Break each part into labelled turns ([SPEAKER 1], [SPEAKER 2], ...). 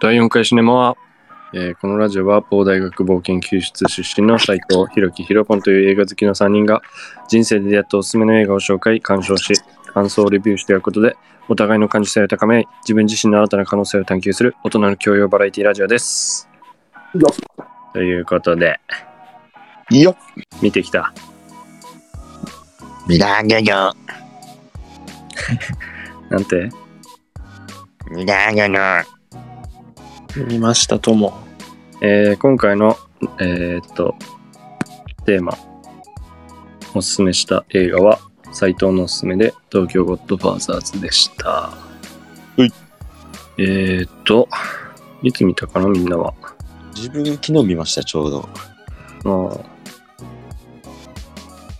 [SPEAKER 1] 第4回シネマは、
[SPEAKER 2] えーこのラジオは某大学冒険救出出身の斉藤弘樹ひろぽんという映画好きの3人が人生で出会ったおすすめの映画を紹介鑑賞し感想をレビューしていくことでお互いの感受性を高め合い自分自身の新たな可能性を探求する大人の教養バラエティラジオです
[SPEAKER 3] よ
[SPEAKER 2] ということで
[SPEAKER 3] いいよ
[SPEAKER 2] 見てきた
[SPEAKER 3] ミラーギョギョ
[SPEAKER 2] なんて
[SPEAKER 3] ミラーギョギョ
[SPEAKER 1] 見ましたとも。
[SPEAKER 2] えー今回の、えーっと、テーマ、おすすめした映画は、斎藤のおすすめで、東京ゴッドファーザーズでした。
[SPEAKER 3] はい。
[SPEAKER 2] えーっと、いつ見たかな、みんなは。
[SPEAKER 3] 自分昨日見ましたちょうど
[SPEAKER 2] まあ、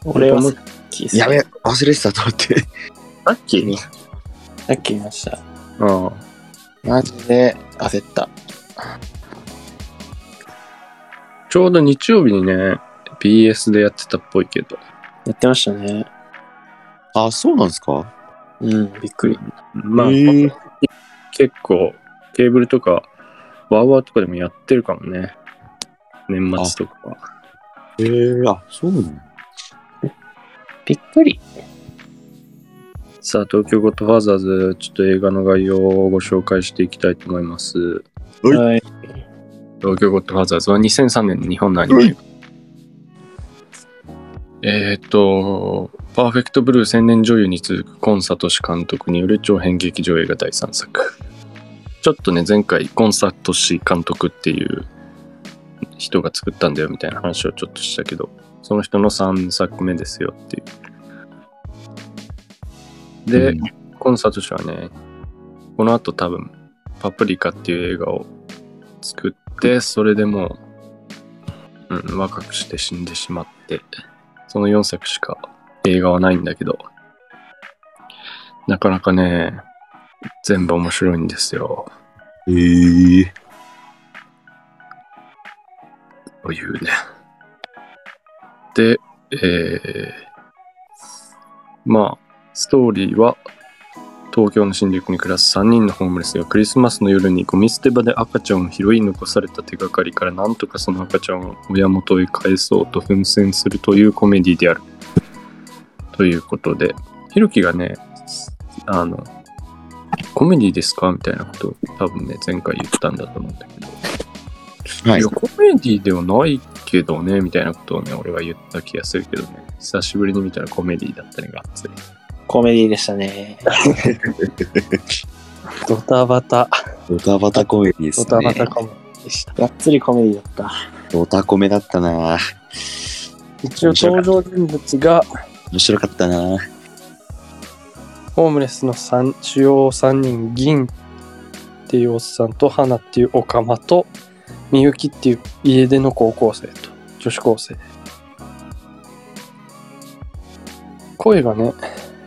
[SPEAKER 1] 俺はさっきさ
[SPEAKER 3] やべ忘れてたと思って
[SPEAKER 2] さっき
[SPEAKER 1] さっき見ました。
[SPEAKER 2] ああ、
[SPEAKER 1] マジで焦った。
[SPEAKER 2] ちょうど日曜日にね、BS でやってたっぽいけど、
[SPEAKER 1] やってましたね。
[SPEAKER 3] あそうなんですか
[SPEAKER 1] うん、びっくり。
[SPEAKER 2] まあ、
[SPEAKER 3] へー
[SPEAKER 2] 結構、ケーブルとか、ワーワーとかでもやってるかもね。年末とかは。
[SPEAKER 3] えー、あそうなの
[SPEAKER 1] びっくり。
[SPEAKER 2] さあ、東京ゴッドファーザーズ、ちょっと映画の概要をご紹介していきたいと思います。
[SPEAKER 3] はい
[SPEAKER 1] はい。
[SPEAKER 2] 東京ゴッドファーザーズは2003年の日本のアニメ映画。えーっと、パーフェクトブルー千年女優に続くコンサトシ監督による長編劇場映画第3作。ちょっとね、前回コンサトシ監督っていう人が作ったんだよみたいな話をちょっとしたけど、その人の3作目ですよっていう。で、
[SPEAKER 3] うん
[SPEAKER 2] コンサート氏はね、この後多分、パプリカっていう映画を作って、それでもう、うん、若くして死んでしまって、その4作しか映画はないんだけど、なかなかね、全部面白いんですよ。
[SPEAKER 3] えー、
[SPEAKER 2] というね。で、えー、まあ、ストーリーは、東京の新宿に暮らす3人のホームレスがクリスマスの夜にゴミ捨て場で赤ちゃんを拾い残された手がかりからなんとかその赤ちゃんを親元へ返そうと奮戦するというコメディである。ということで、ひろきがね、あの、コメディですかみたいなことを多分ね、前回言ったんだと思うんだけど、
[SPEAKER 3] はいい
[SPEAKER 2] や、コメディではないけどね、みたいなことをね、俺は言った気がするけどね、久しぶりに見たらコメディだったね、がっつり。
[SPEAKER 1] コメディでしたね。ドタバタ、
[SPEAKER 3] ドタバタコメディです
[SPEAKER 1] ド
[SPEAKER 3] ね
[SPEAKER 1] タバタコメディでした。がっつりコメディだった。
[SPEAKER 3] ドタコメだったな
[SPEAKER 1] 一応登場人物が
[SPEAKER 3] 面白かったな
[SPEAKER 1] ホームレスの三主要3人銀っていうおっさんと花っていうおかまとみゆきっていう家出の高校生と女子高生声がね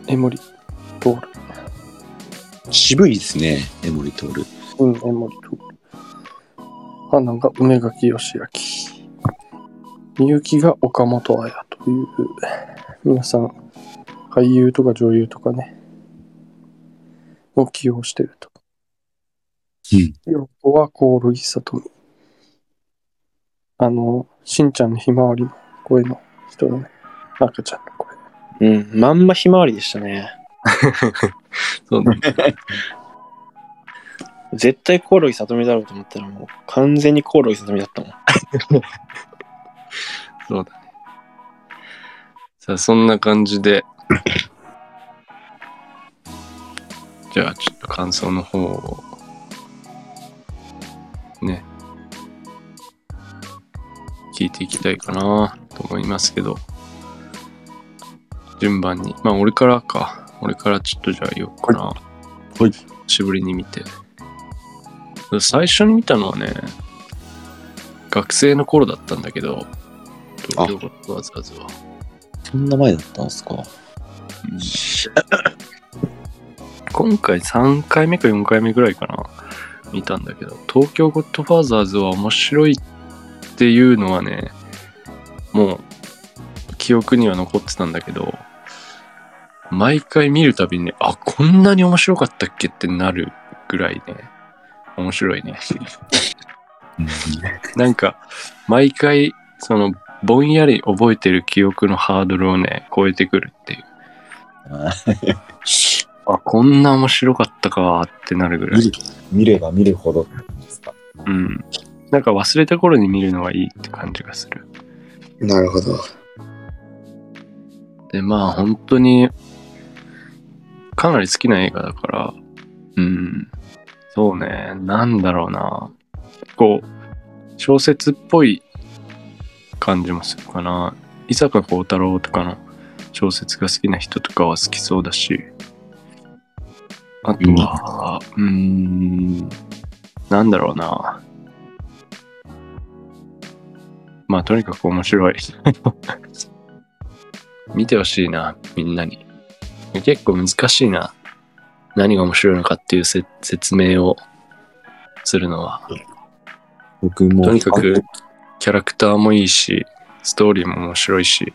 [SPEAKER 1] 江森徹
[SPEAKER 3] 渋いですね江森徹
[SPEAKER 1] うん江森徹花が梅垣義明みゆきが岡本彩という皆さん俳優とか女優とかねを起用してると
[SPEAKER 3] うん
[SPEAKER 1] 横はコオロギさとみ。あの、しんちゃんのひまわりの声の人のね、赤ちゃんの声。うん、まんまひまわりでしたね。
[SPEAKER 2] そうね。
[SPEAKER 1] 絶対コオロギさとみだろうと思ったらもう完全にコオロギさとみだったもん。
[SPEAKER 2] そうだね。さあ、そんな感じ で。じゃあ、ちょっと感想の方を。ね。聞いていきたいかなと思いますけど。順番に。まあ、俺からか。俺からちょっとじゃあ言おうかな。
[SPEAKER 3] いはい
[SPEAKER 2] 久しぶりに見て。最初に見たのはね、学生の頃だったんだけど、東京ゴッドファーザーズは。
[SPEAKER 3] そんな前だったんですか
[SPEAKER 2] 今回3回目か4回目ぐらいかな見たんだけど東京ゴッドファーザーズは面白いっていうのはねもう記憶には残ってたんだけど毎回見るたびに、あ、こんなに面白かったっけってなるぐらいね、面白いね。なんか、毎回、その、ぼんやり覚えてる記憶のハードルをね、超えてくるっていう。
[SPEAKER 3] あ
[SPEAKER 2] あ、こんな面白かったかってなるぐらい。
[SPEAKER 3] 見る見れば見るほどですか。
[SPEAKER 2] うん。なんか忘れた頃に見るのがいいって感じがする。
[SPEAKER 3] なるほど。
[SPEAKER 2] で、まあ本当に、かなり好きな映画だから、うん。そうね、なんだろうな。こう、小説っぽい感じもするかな。伊坂幸太郎とかの小説が好きな人とかは好きそうだし。あとは、うーん、なんだろうな。まあ、とにかく面白い。 見てほしいな、みんなに。結構難しいな。何が面白いのかっていうせ説明をするのは。
[SPEAKER 3] 僕も。
[SPEAKER 2] とにかく、キャラクターもいいし、ストーリーも面白いし、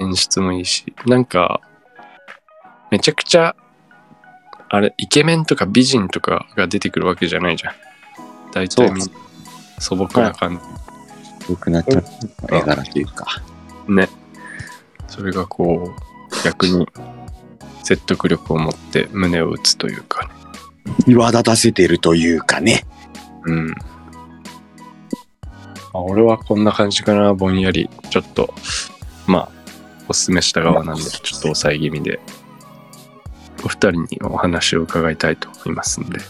[SPEAKER 2] 演出もいいし、なんか、めちゃくちゃ、あれ、イケメンとか美人とかが出てくるわけじゃないじゃん。大体みんな素朴な感じ。
[SPEAKER 3] 多くなっちゃった映画だというか。
[SPEAKER 2] ね。それがこう、逆に説得力を持って胸を打つというかね。
[SPEAKER 3] 際立たせてるというかね。
[SPEAKER 2] うん。あ俺はこんな感じかな、ぼんやり。ちょっと、まあ、おすすめした側なんで、ちょっと抑え気味で、お二人にお話を伺いたいと思いますんで。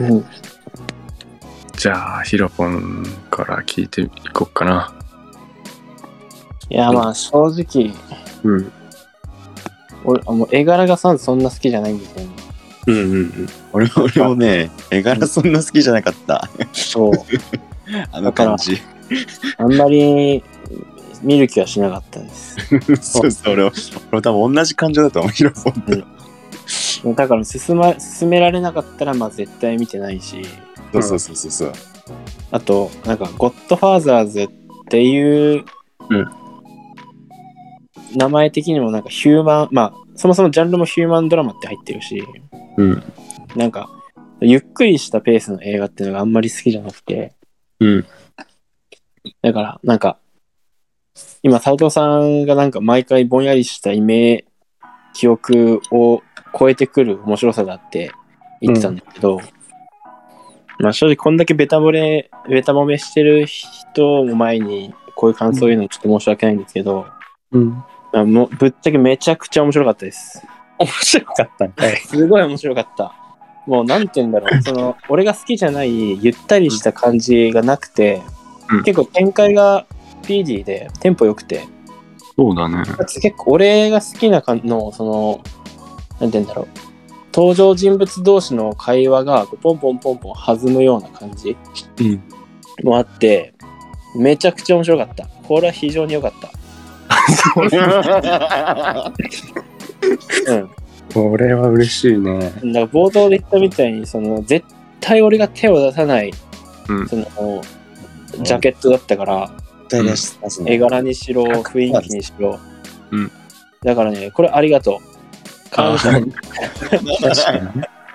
[SPEAKER 1] うん、
[SPEAKER 2] じゃあ、ヒロポンから聞いていこうかな。
[SPEAKER 4] いや、まあ正直、
[SPEAKER 2] うん。
[SPEAKER 4] 俺、もう絵柄がさ、そんな好きじゃないんですよね。
[SPEAKER 2] うんうん
[SPEAKER 3] 俺も俺もね、絵柄そんな好きじゃなかった。
[SPEAKER 4] そう。
[SPEAKER 3] あの感じ。
[SPEAKER 4] あんまり見る気はしなかったです。
[SPEAKER 3] そうそう、俺も、俺も多分同じ感情だと思う。 ヒロポンと
[SPEAKER 4] だから進,、ま、進められなかったら、まあ絶対見てないし、
[SPEAKER 3] そうそうそうそうそう。
[SPEAKER 4] あと、なんか、ゴッドファーザーズっていう、
[SPEAKER 2] うん
[SPEAKER 4] 名前的にもなんかヒューマン、まあ、そもそもジャンルもヒューマンドラマって入ってるし、
[SPEAKER 2] うん
[SPEAKER 4] なんか、ゆっくりしたペースの映画っていうのがあんまり好きじゃなくて、
[SPEAKER 2] うん
[SPEAKER 4] だから、なんか、今、斉藤さんがなんか毎回ぼんやりしたイメージ、記憶を超えてくる面白さだって言ってたんだけど、まあ正直こんだけベタボレ、ベタ褒めしてる人を前にこういう感想を言うのちょっと申し訳ないんですけど、
[SPEAKER 1] うん、
[SPEAKER 4] まあもうぶっちゃけめちゃくちゃ面白かったです。
[SPEAKER 1] 面白かったんかい。
[SPEAKER 4] すごい面白かった。もうなんて言うん だろう、その俺が好きじゃないゆったりした感じがなくて、
[SPEAKER 2] うん
[SPEAKER 4] 結構展開がスピーディーでテンポ良くて、
[SPEAKER 2] そうだね。
[SPEAKER 4] かつ結構俺が好きな感のそのなんて言うんだろう登場人物同士の会話がこうポンポンポンポン弾むような感じ
[SPEAKER 2] うん
[SPEAKER 4] もあってめちゃくちゃ面白かったこれは非常に良かったうん
[SPEAKER 2] これは嬉しいね。
[SPEAKER 4] だから冒頭で言ったみたいにその絶対俺が手を出さない、
[SPEAKER 2] うん
[SPEAKER 4] そのジャケットだったから、
[SPEAKER 3] 絶対出してますね
[SPEAKER 4] 絵柄にしろ雰囲気にしろ、
[SPEAKER 2] うん
[SPEAKER 4] だからねこれありがとう感謝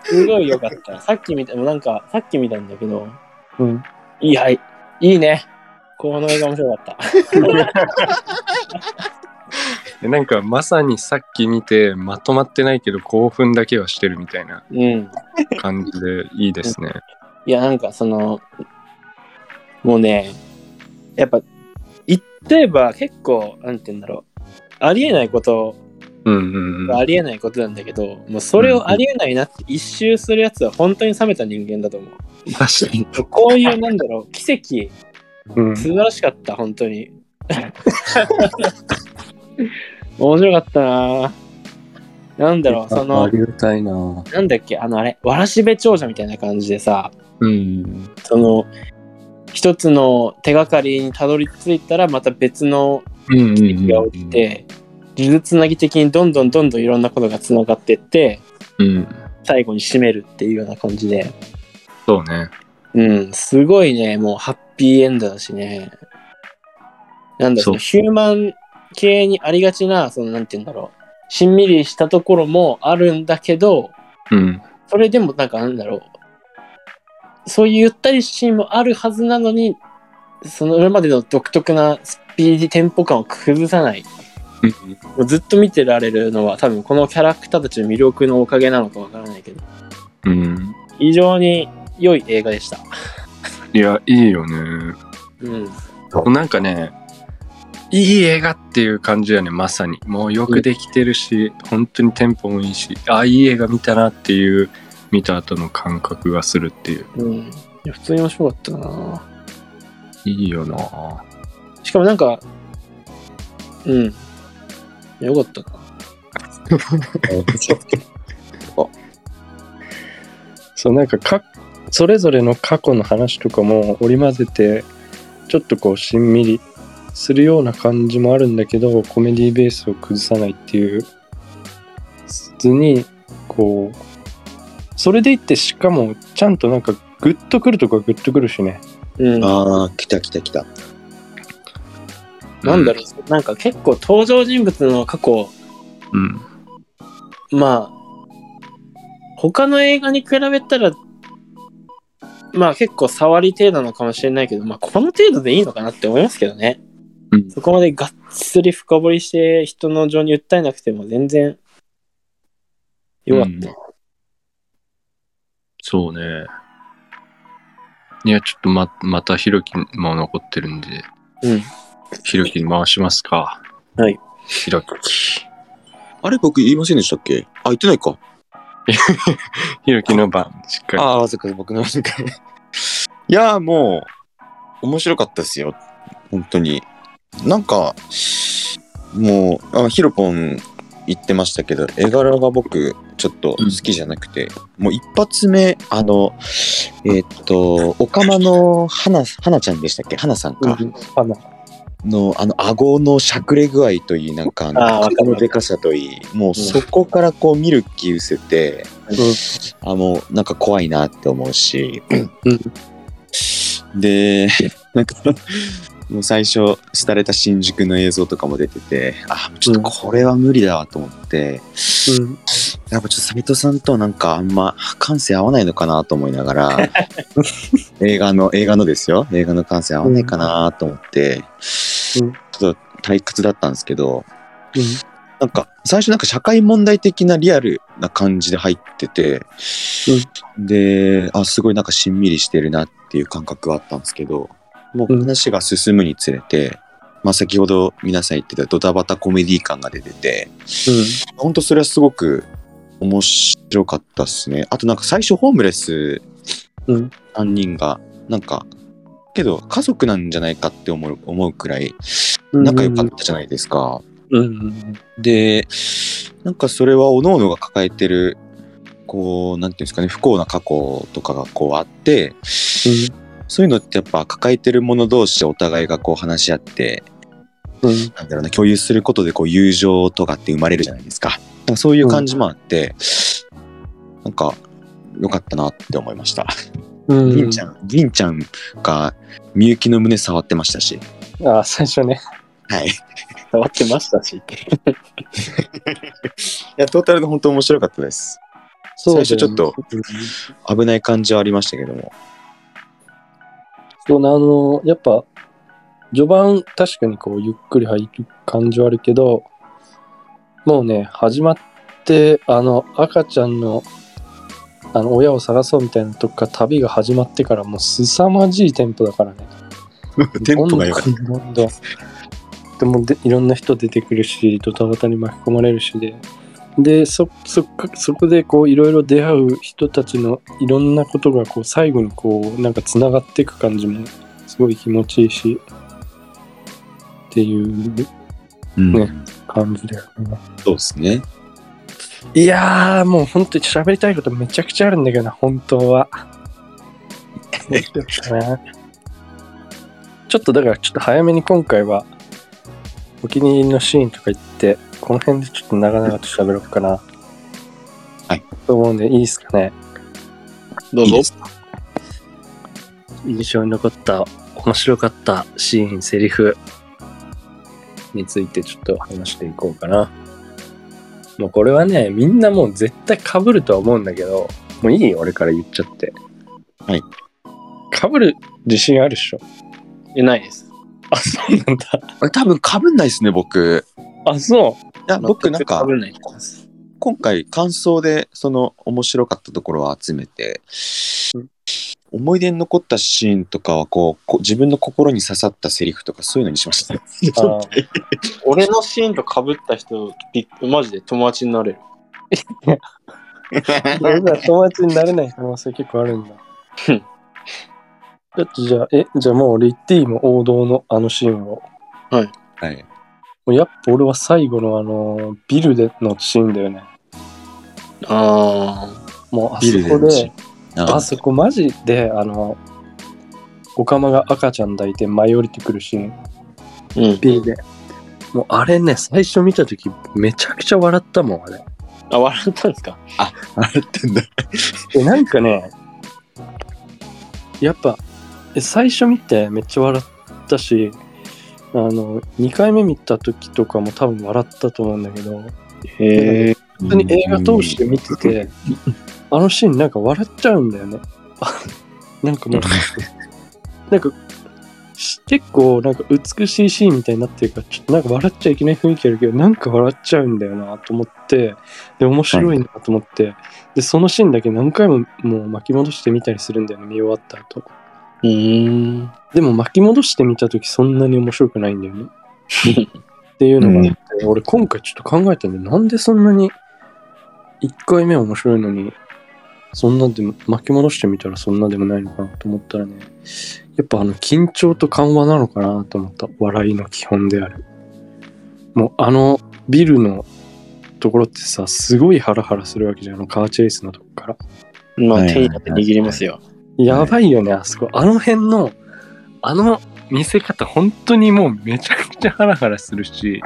[SPEAKER 4] すごい良かった。 さっき見た、もうなんか、さっき見たんだけど、
[SPEAKER 1] うん、
[SPEAKER 4] いい、はい。いいね。この映画面白かった。
[SPEAKER 2] でなんかまさにさっき見てまとまってないけど興奮だけはしてるみたいな
[SPEAKER 4] うん。
[SPEAKER 2] 感じでいいですね。
[SPEAKER 4] いや、なんかその、もうね、やっぱ、言ってえば結構、なんて言うんだろう。ありえないこと
[SPEAKER 2] うんうんうん。
[SPEAKER 4] ありえないことなんだけど、もうそれをありえないなって一周するやつは本当に冷めた人間だと思う。
[SPEAKER 2] 確かに。
[SPEAKER 4] こういう、なんだ ろう、奇跡、
[SPEAKER 2] うん
[SPEAKER 4] 素晴らしかった、本当 に。面白かったなぁなんだろう、その、
[SPEAKER 2] りがたい な。
[SPEAKER 4] なんだっけ、あの、あれ、わらしべ長者みたいな感じでさ、
[SPEAKER 2] うん。
[SPEAKER 4] その、一つの手がかりにたどり着いたら、また別の
[SPEAKER 2] うんうんうん。
[SPEAKER 4] が起きて、呪術つなぎ的にどんどんどんどんいろんなことがつながってって、
[SPEAKER 2] うん。
[SPEAKER 4] 最後に締めるっていうような感じで、
[SPEAKER 2] そうね。
[SPEAKER 4] うん、すごいね、もうハッピーエンドだしね。なんだろ
[SPEAKER 2] そ
[SPEAKER 4] う、
[SPEAKER 2] う
[SPEAKER 4] ヒューマン系にありがちな、その、なんて言うんだろう。しんみりしたところもあるんだけど、
[SPEAKER 2] うん。
[SPEAKER 4] それでもなんかなんだろう。そういうゆったりシーンもあるはずなのに、その今までの独特なスピーディーテンポ感を崩さない。もうずっと見てられるのは多分このキャラクターたちの魅力のおかげなのかわからないけど、
[SPEAKER 2] うん。
[SPEAKER 4] 非常に良い映画でした。
[SPEAKER 2] いや、いいよね。
[SPEAKER 4] うん。
[SPEAKER 2] なんかね、いい映画っていう感じだね、まさに。もうよくできてるし、本当にテンポもいいし、あ、いい映画見たなっていう、見た後の感覚がするっていう。
[SPEAKER 4] うん。いや普通に面白かったない
[SPEAKER 2] いよな
[SPEAKER 4] しかもなんか、うん。よかったな。
[SPEAKER 1] そうなんかかそれぞれの過去の話とかも織り交ぜてちょっとこうしんみりするような感じもあるんだけどコメディベースを崩さないっていう普通にこうそれでいってしかもちゃんとなんかグッとくるとかグッとくるしね
[SPEAKER 4] うん。
[SPEAKER 3] ああ、来た来た来た。
[SPEAKER 4] なんだろう、なんか結構登場人物の過去、
[SPEAKER 2] う。うん。
[SPEAKER 4] まあ、他の映画に比べたら、まあ結構触り程度なのかもしれないけど、まあこの程度でいいのかなって思いますけどね。
[SPEAKER 2] うん
[SPEAKER 4] そこまでがっつり深掘りして人の情に訴えなくても全然よかった。
[SPEAKER 2] そうね。いや、ちょっとま、またひろきも残ってるんで、
[SPEAKER 4] うん。
[SPEAKER 2] ひろきに回しますか。
[SPEAKER 4] はい。
[SPEAKER 2] ひろき。
[SPEAKER 3] あれ僕言いませんでしたっけあ、言ってないか。
[SPEAKER 2] ひろきの番、しっかり。
[SPEAKER 3] ああ、そっか、僕の話か。 いやーもう、面白かったですよ。本当に。なんか、もう、あヒロポン言ってましたけど、絵柄が僕、ちょっと好きじゃなくて、もう一発目、あの、えーっと、オカマの花、花ちゃんでしたっけ花さんか。
[SPEAKER 1] あの
[SPEAKER 3] のあの顎のしゃくれ具合といいなんかあ
[SPEAKER 4] あー
[SPEAKER 3] の
[SPEAKER 4] わかる
[SPEAKER 3] 顎のでかさといいもうそこからこう見る気失せて、あもうなんか怖いなって思うし、でなんかもう最初廃れた新宿の映像とかも出ててあちょっとこれは無理だわと思って、
[SPEAKER 1] うん
[SPEAKER 3] やっぱちょっと斎藤さんとなんかあんま感性合わないのかなと思いながら映画の映画のですよ映画の感性合わないかなと思って、ちょっと退屈だったんですけど、
[SPEAKER 1] うん
[SPEAKER 3] なんか最初なんか社会問題的なリアルな感じで入ってて、であすごいなんかしんみりしてるなっていう感覚はあったんですけどもう話が進むにつれて、まあ、先ほど皆さん言ってたドタバタコメディ感が出てて。本当それはすごく面白かったっすね。あとなんか最初ホームレス
[SPEAKER 1] うん
[SPEAKER 3] 3人がなんかけど家族なんじゃないかって思う思うくらい
[SPEAKER 1] うん
[SPEAKER 3] 仲良かったじゃないですか。
[SPEAKER 1] うんうん
[SPEAKER 3] でなんかそれは各々が抱えてるこうなんていうんですかね不幸な過去とかがこうあってそういうのってやっぱ抱えてる者同士でお互いがこう話し合って
[SPEAKER 1] うん
[SPEAKER 3] なんだろうな、共有することでこう友情とかって生まれるじゃないですか。なんかそういう感じもあって、なんか良かったなって思いました。
[SPEAKER 1] うん
[SPEAKER 3] り、んちゃん、りんちゃんがみゆきの胸触ってましたし、
[SPEAKER 1] あ最初ね
[SPEAKER 3] はい。い
[SPEAKER 4] 触ってましたし。
[SPEAKER 3] や、トータルで本当面白かったです。
[SPEAKER 1] そうだよね
[SPEAKER 3] 最初ちょっと危ない感じはありましたけども。
[SPEAKER 1] そうねあのやっぱ序盤確かにこうゆっくり入る感じはあるけどもうね始まってあの赤ちゃんのあの親を探そうみたいなとこから旅が始まってからもう凄まじいテンポだからね
[SPEAKER 3] テンポが良かった。
[SPEAKER 1] どんどんどんどんでもでいろんな人出てくるしドタバタに巻き込まれるしででそそっかそこでこういろいろ出会う人たちのいろんなことがこう最後にこうなんかつながっていく感じもすごい気持ちいいしっていう
[SPEAKER 3] うん
[SPEAKER 1] ね感じだよね
[SPEAKER 3] そうですね。
[SPEAKER 1] いやーもう本当に喋りたいことめちゃくちゃあるんだけどな本当はどうしようかなちょっとだからちょっと早めに今回はお気に入りのシーンとか言ってこの辺でちょっと長々と喋ろうかな
[SPEAKER 3] はい
[SPEAKER 1] と思うんでいいですかね
[SPEAKER 4] どう
[SPEAKER 3] いい
[SPEAKER 4] ぞ
[SPEAKER 3] で。
[SPEAKER 1] 印象に残った面白かったシーンセリフについてちょっと話していこうかな
[SPEAKER 2] もうこれはね、みんなもう絶対被るとは思うんだけど、もういいよ、俺から言っちゃって。
[SPEAKER 3] はい。
[SPEAKER 2] 被る自信あるっしょ。
[SPEAKER 4] え、ないです。
[SPEAKER 2] あ、そうなんだ。
[SPEAKER 3] あ多分かぶんないですね、僕。
[SPEAKER 2] あ、そ
[SPEAKER 3] いや、僕なんか
[SPEAKER 4] 被、らないと思います。
[SPEAKER 3] 今回感想でその面白かったところを集めて、思い出に残ったシーンとかはこうこ自分の心に刺さったセリフとかそういうのにしましたね。
[SPEAKER 2] う。あ
[SPEAKER 4] 俺のシーンと被った人、びっマジで友達になれる。
[SPEAKER 1] 俺ら友達になれない可能性結構あるんだ。
[SPEAKER 4] う
[SPEAKER 1] ち
[SPEAKER 4] ん
[SPEAKER 1] ょっとじゃあ、え、じゃあもう俺言っていいもう王道のあのシーンを。も
[SPEAKER 3] はい。
[SPEAKER 1] うやっぱ俺は最後のあの、ビルでのシーンだよね。
[SPEAKER 4] あ
[SPEAKER 1] もうあ
[SPEAKER 3] ビル
[SPEAKER 1] そ
[SPEAKER 3] で
[SPEAKER 1] こ
[SPEAKER 3] のシー
[SPEAKER 1] で
[SPEAKER 3] ン、あ
[SPEAKER 1] あそこマジで、あの、オカマが赤ちゃん抱いて舞い降りてくるシーン。
[SPEAKER 4] あ。うん。
[SPEAKER 1] ビルで。
[SPEAKER 2] もうあれね、最初見たとき、めちゃくちゃ笑ったもん、あれ。
[SPEAKER 4] あ、笑ったんですか
[SPEAKER 3] あれってんだ。
[SPEAKER 1] え、なんかね、やっぱ、え最初見てめっちゃ笑ったし、あの、2回目見た時とかも多分笑ったと思うんだけど、
[SPEAKER 4] へえ。
[SPEAKER 1] 本
[SPEAKER 3] 本
[SPEAKER 1] 当に映画通して見てて、あのシーンなんか笑っちゃうんだよね。 なんかもう、なんか、し結構なんか美しいシーンみたいになってるから、ちょっとなんか笑っちゃいけない雰囲気あるけど、なんか笑っちゃうんだよなと思って、で、面白いなと思って、で、そのシーンだけ何回ももう巻き戻してみたりするんだよね、見終わった後。
[SPEAKER 4] うーん。
[SPEAKER 1] でも巻き戻してみた時そんなに面白くないんだよね。っていうのがあって、俺今回ちょっと考えたんで、なんでそんなに1回目面白いのに、そんなでも巻き戻してみたらそんなでもないのかなと思ったらね、やっぱあの緊張と緩和なのかなと思った。笑いの基本である。もうあのビルのところってさ、すごいハラハラするわけじゃん、あのカーチェイスのとこから。
[SPEAKER 4] ま
[SPEAKER 3] はい
[SPEAKER 4] あ、
[SPEAKER 3] はいは
[SPEAKER 4] 手
[SPEAKER 3] い
[SPEAKER 4] になって握りますよ。
[SPEAKER 1] やばいよね、あそこ。あの辺の、
[SPEAKER 2] あの見せ方、本当にもうめちゃくちゃハラハラするし、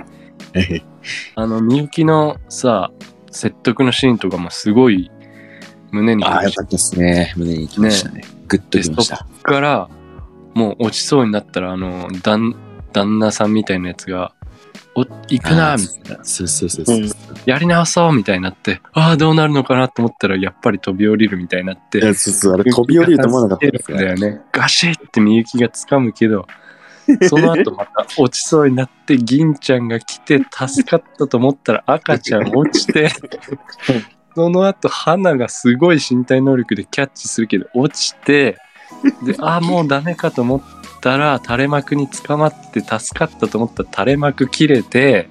[SPEAKER 2] あの、みゆきのさ、説得のシーンとかもすごい胸に
[SPEAKER 3] ああ、
[SPEAKER 2] 来
[SPEAKER 3] よ
[SPEAKER 2] て
[SPEAKER 3] かったですね。胸に行きましたね。グッときました。
[SPEAKER 2] から、もう落ちそうになったら、あの、旦旦那さんみたいなやつが、お行くな
[SPEAKER 3] あ
[SPEAKER 2] み
[SPEAKER 3] ー
[SPEAKER 2] たいな。
[SPEAKER 3] そうそうそうそう。
[SPEAKER 4] うん
[SPEAKER 3] い
[SPEAKER 2] やり直そうみたいになって、ああ、どうなるのかなと思ったら、やっぱり飛び降りるみたいになって、
[SPEAKER 3] やそうそう、あれ飛び降りると思わなかったです
[SPEAKER 2] だ
[SPEAKER 3] ね。
[SPEAKER 2] よね。ガシッってみゆきが掴むけ ど、その後また落ちそうになって、銀ちゃんが来て助かったと思ったら赤ちゃん落ち て、その後花がすごい身体能力でキャッチするけど落ちて、で、ああ、もうダメかと思ったら垂れ幕に捕まって助かったと思ったら垂れ幕切れて、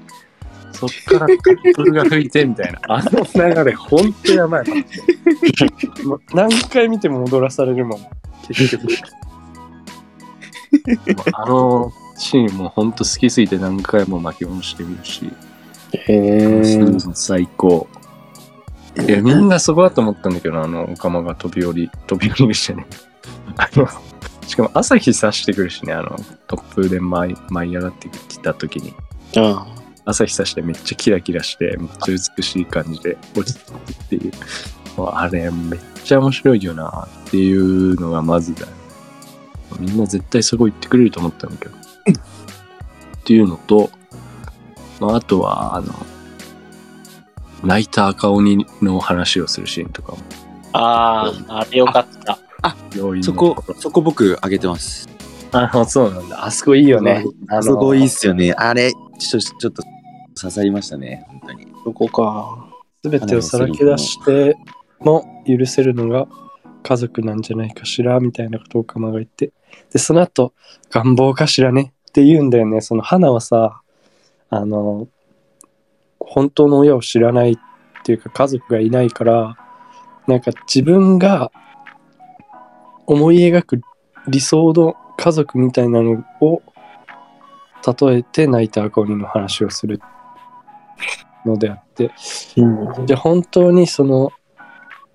[SPEAKER 2] そっからカップルが吹いてみたいな。あの流れ、ほんとやばい。
[SPEAKER 1] もう何回見ても踊らされるもん。結局。
[SPEAKER 2] あのシーンも本当好きすぎて何回も巻き戻してみるし、
[SPEAKER 4] へえ。
[SPEAKER 2] 最高。いや、みんなそこだと思ったんだけど、あの、オカマが飛び降り、飛び降りでしたね。あの、しかも朝日差してくるしね、あの、突風で舞い舞い上がってきた時に、
[SPEAKER 4] あ
[SPEAKER 2] 朝日差してめっちゃキラキラして、めっちゃ美しい感じで落ちてくっていう。もうあれ、めっちゃ面白いよなっていうのがまずだよ。みんな絶対そこ行ってくれると思ったんだけど。っていうのと、まあ、あとは、あの、泣いた赤鬼の話をするシーンとかも。
[SPEAKER 4] あ。ああ、あれよかった。
[SPEAKER 2] 病院の
[SPEAKER 3] そこ、そこ僕上げてます。
[SPEAKER 2] あの、そうなんだ。あそこいいよね。
[SPEAKER 3] あそこいいっすよね。あれ、ちょちょっと刺さりましたね。本当に。
[SPEAKER 4] そこか。
[SPEAKER 1] 全てをさらけ出しても許せるのが家族なんじゃないかしらみたいなことをカマが言ってでその後願望かしらねって言うんだよねその花はさあの本当の親を知らないっていうか家族がいないからなんか自分が思い描く理想の家族みたいなのを例えて泣いた赤鬼の話をするのであって
[SPEAKER 4] うん。
[SPEAKER 1] じゃあ本当にその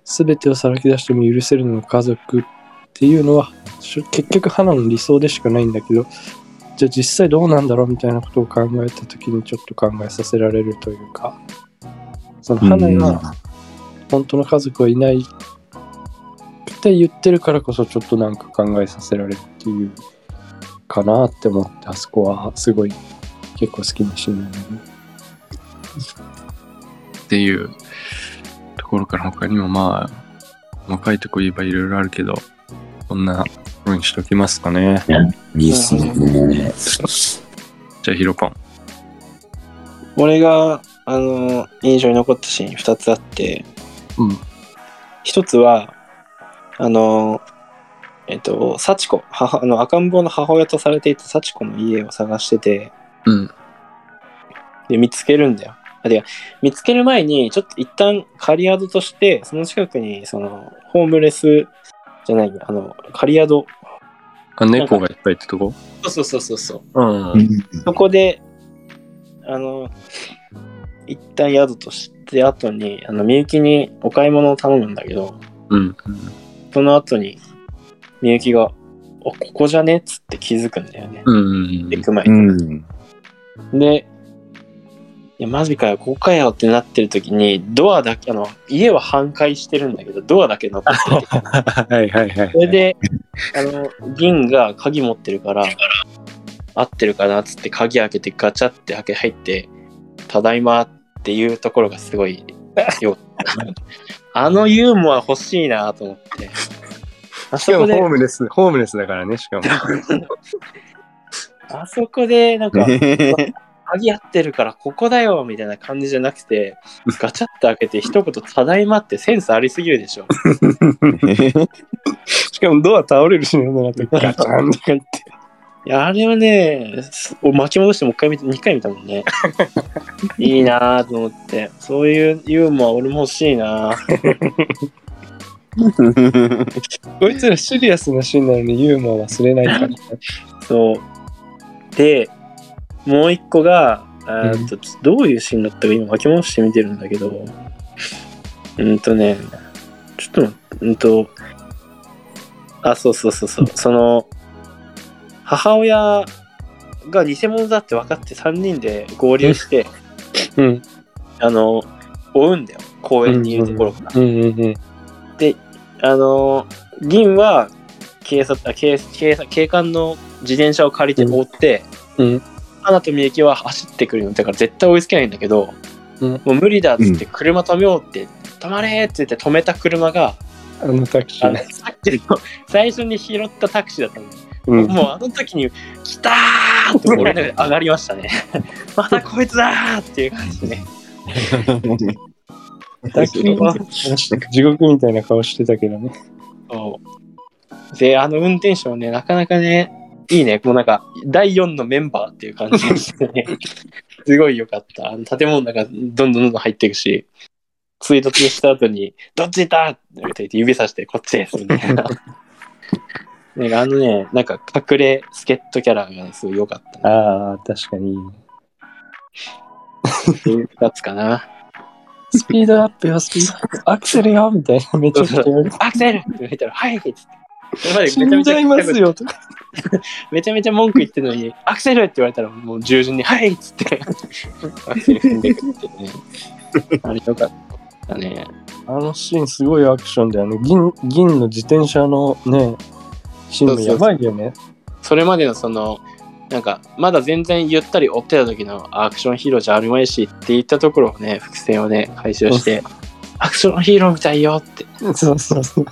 [SPEAKER 1] 全てをさらけ出しても許せるのが家族っていうのはしょ結局花の理想でしかないんだけどじゃあ実際どうなんだろうみたいなことを考えた時にちょっと考えさせられるというかその花が本当の家族はいないって言ってるからこそちょっとなんか考えさせられるっていうかなって思ってあそこはすごい結構好きなシーンだね。
[SPEAKER 2] っていうところから他にもまあ細かいとこ言えばいろいろあるけどこんなふうにしときますかね
[SPEAKER 3] いいっすね。
[SPEAKER 2] じゃあヒロポン
[SPEAKER 4] 俺が、あの、印象に残ったシーン2つあって、
[SPEAKER 2] うん
[SPEAKER 4] 一つは、あの、えっと、幸子、母、あの、赤ん坊の母親とされていた幸子の家を探してて、
[SPEAKER 2] うん
[SPEAKER 4] で、見つけるんだよ。あ、てか、見つける前に、ちょっと一旦仮宿として、その近くに、その、ホームレス、じゃない、あの、仮宿。
[SPEAKER 2] あ猫がいっぱいってとこ
[SPEAKER 4] そうそうそうそうそう。
[SPEAKER 2] うん
[SPEAKER 4] そこで、あの、一旦宿として、後に、あの、みゆきにお買い物を頼むんだけど、
[SPEAKER 2] うん
[SPEAKER 4] その後に、みゆきが、あ、ここじゃねっつって気づくんだよね。
[SPEAKER 2] うん
[SPEAKER 4] 行く前
[SPEAKER 3] う
[SPEAKER 4] に。
[SPEAKER 3] ん。
[SPEAKER 4] で、いや、マジかよ、ここかよってなってる時に、ドアだけ、あの、家は半壊してるんだけど、ドアだけ残ってて、
[SPEAKER 2] はいはいはい
[SPEAKER 4] それで、あの、銀が鍵持ってるから、合ってるかなっつって鍵開けてガチャって開け入って、ただいまっていうところがすごいよか った。あのユーモア欲しいなと思って。あ
[SPEAKER 2] し
[SPEAKER 4] そ
[SPEAKER 2] か
[SPEAKER 4] こ
[SPEAKER 2] も
[SPEAKER 4] で
[SPEAKER 2] ホー、ムレスホームレスだからねしかも
[SPEAKER 4] あそこで、なんか、
[SPEAKER 3] ね
[SPEAKER 4] 鍵合ってるからここだよみたいな感じじゃなくて、ガチャって開けて一言ただいまってセンスありすぎるでしょ。
[SPEAKER 2] しかもドア倒れるしね なかったガチャンとか言って
[SPEAKER 4] いや、あれはね、す巻き戻してもう一回見て、2回見たもんね。いいなぁと思って、そういうユーモア俺も欲しいなぁ。
[SPEAKER 1] こいつらシリアスなシーンなのにユーモア忘れないからね。
[SPEAKER 4] そう。で、もう一個が、あーっとどういうシーンだったか今巻き戻して見てるんだけど、うんとね、ちょっと待って、うんと、あ、そうそうそうそう、その、母親が偽物だって分かって3人で合流して、
[SPEAKER 1] うん。
[SPEAKER 4] あの、追うんだよ。公園にいるところから。
[SPEAKER 1] うんうんうん。
[SPEAKER 4] あの、銀は警察あ警警察警官の自転車を借りて追って、
[SPEAKER 1] うんうん
[SPEAKER 4] 花とみゆきは走ってくるのだから絶対追いつけないんだけど、
[SPEAKER 1] うん
[SPEAKER 4] もう無理だっつって車止めようって、止まれーって言って止めた車が、
[SPEAKER 1] あのタクシ
[SPEAKER 4] あ
[SPEAKER 1] ー
[SPEAKER 4] の
[SPEAKER 1] ね。
[SPEAKER 4] さっきの最初に拾ったタクシーだったの、
[SPEAKER 1] うん。
[SPEAKER 4] もうあの時に「来たー!」って思いながら上がりましたね またこいつだーっていう感じでね
[SPEAKER 1] タクシーは 地獄みたいな顔してたけどね。
[SPEAKER 4] そう。で、あの運転手もね、なかなかね、いいね、もうなんか、第4のメンバーっていう感じでしてね、すごい良かった。あの建物の中、どんどんどんどん入っていくし、追突した後に、どっちだって言って指さして、こっちです みたいな。なんかあのね、なんか隠れ助っ人キャラがね、すごい良かったな
[SPEAKER 1] ああ、確かにいいね。
[SPEAKER 4] っていうやつかな。
[SPEAKER 1] スピードアップよ、スピードアップ。アクセルよみたいな。めちゃくちゃ。
[SPEAKER 4] アクセルって言ったら、はいって言って。それまでめち
[SPEAKER 1] 死
[SPEAKER 4] ゃめ
[SPEAKER 1] ん
[SPEAKER 4] ち
[SPEAKER 1] じ
[SPEAKER 4] ゃ
[SPEAKER 1] ゃいますよとか。
[SPEAKER 4] めちゃめちゃ文句言ってるのに、アクセルって言われたら、もう従順に、はいっつ って、アクセル踏んでくってね。あれよかったね。
[SPEAKER 1] あのシーンすごいアクションだよね。銀銀の自転車のね、シーンもやばいよね。
[SPEAKER 4] それまでのその、なんか、まだ全然ゆったり追ってた時のアクションヒーローじゃあるまいしって言ったところをね、伏線をね、回収して、アクションヒーローみたいよって。
[SPEAKER 1] そうそうそう。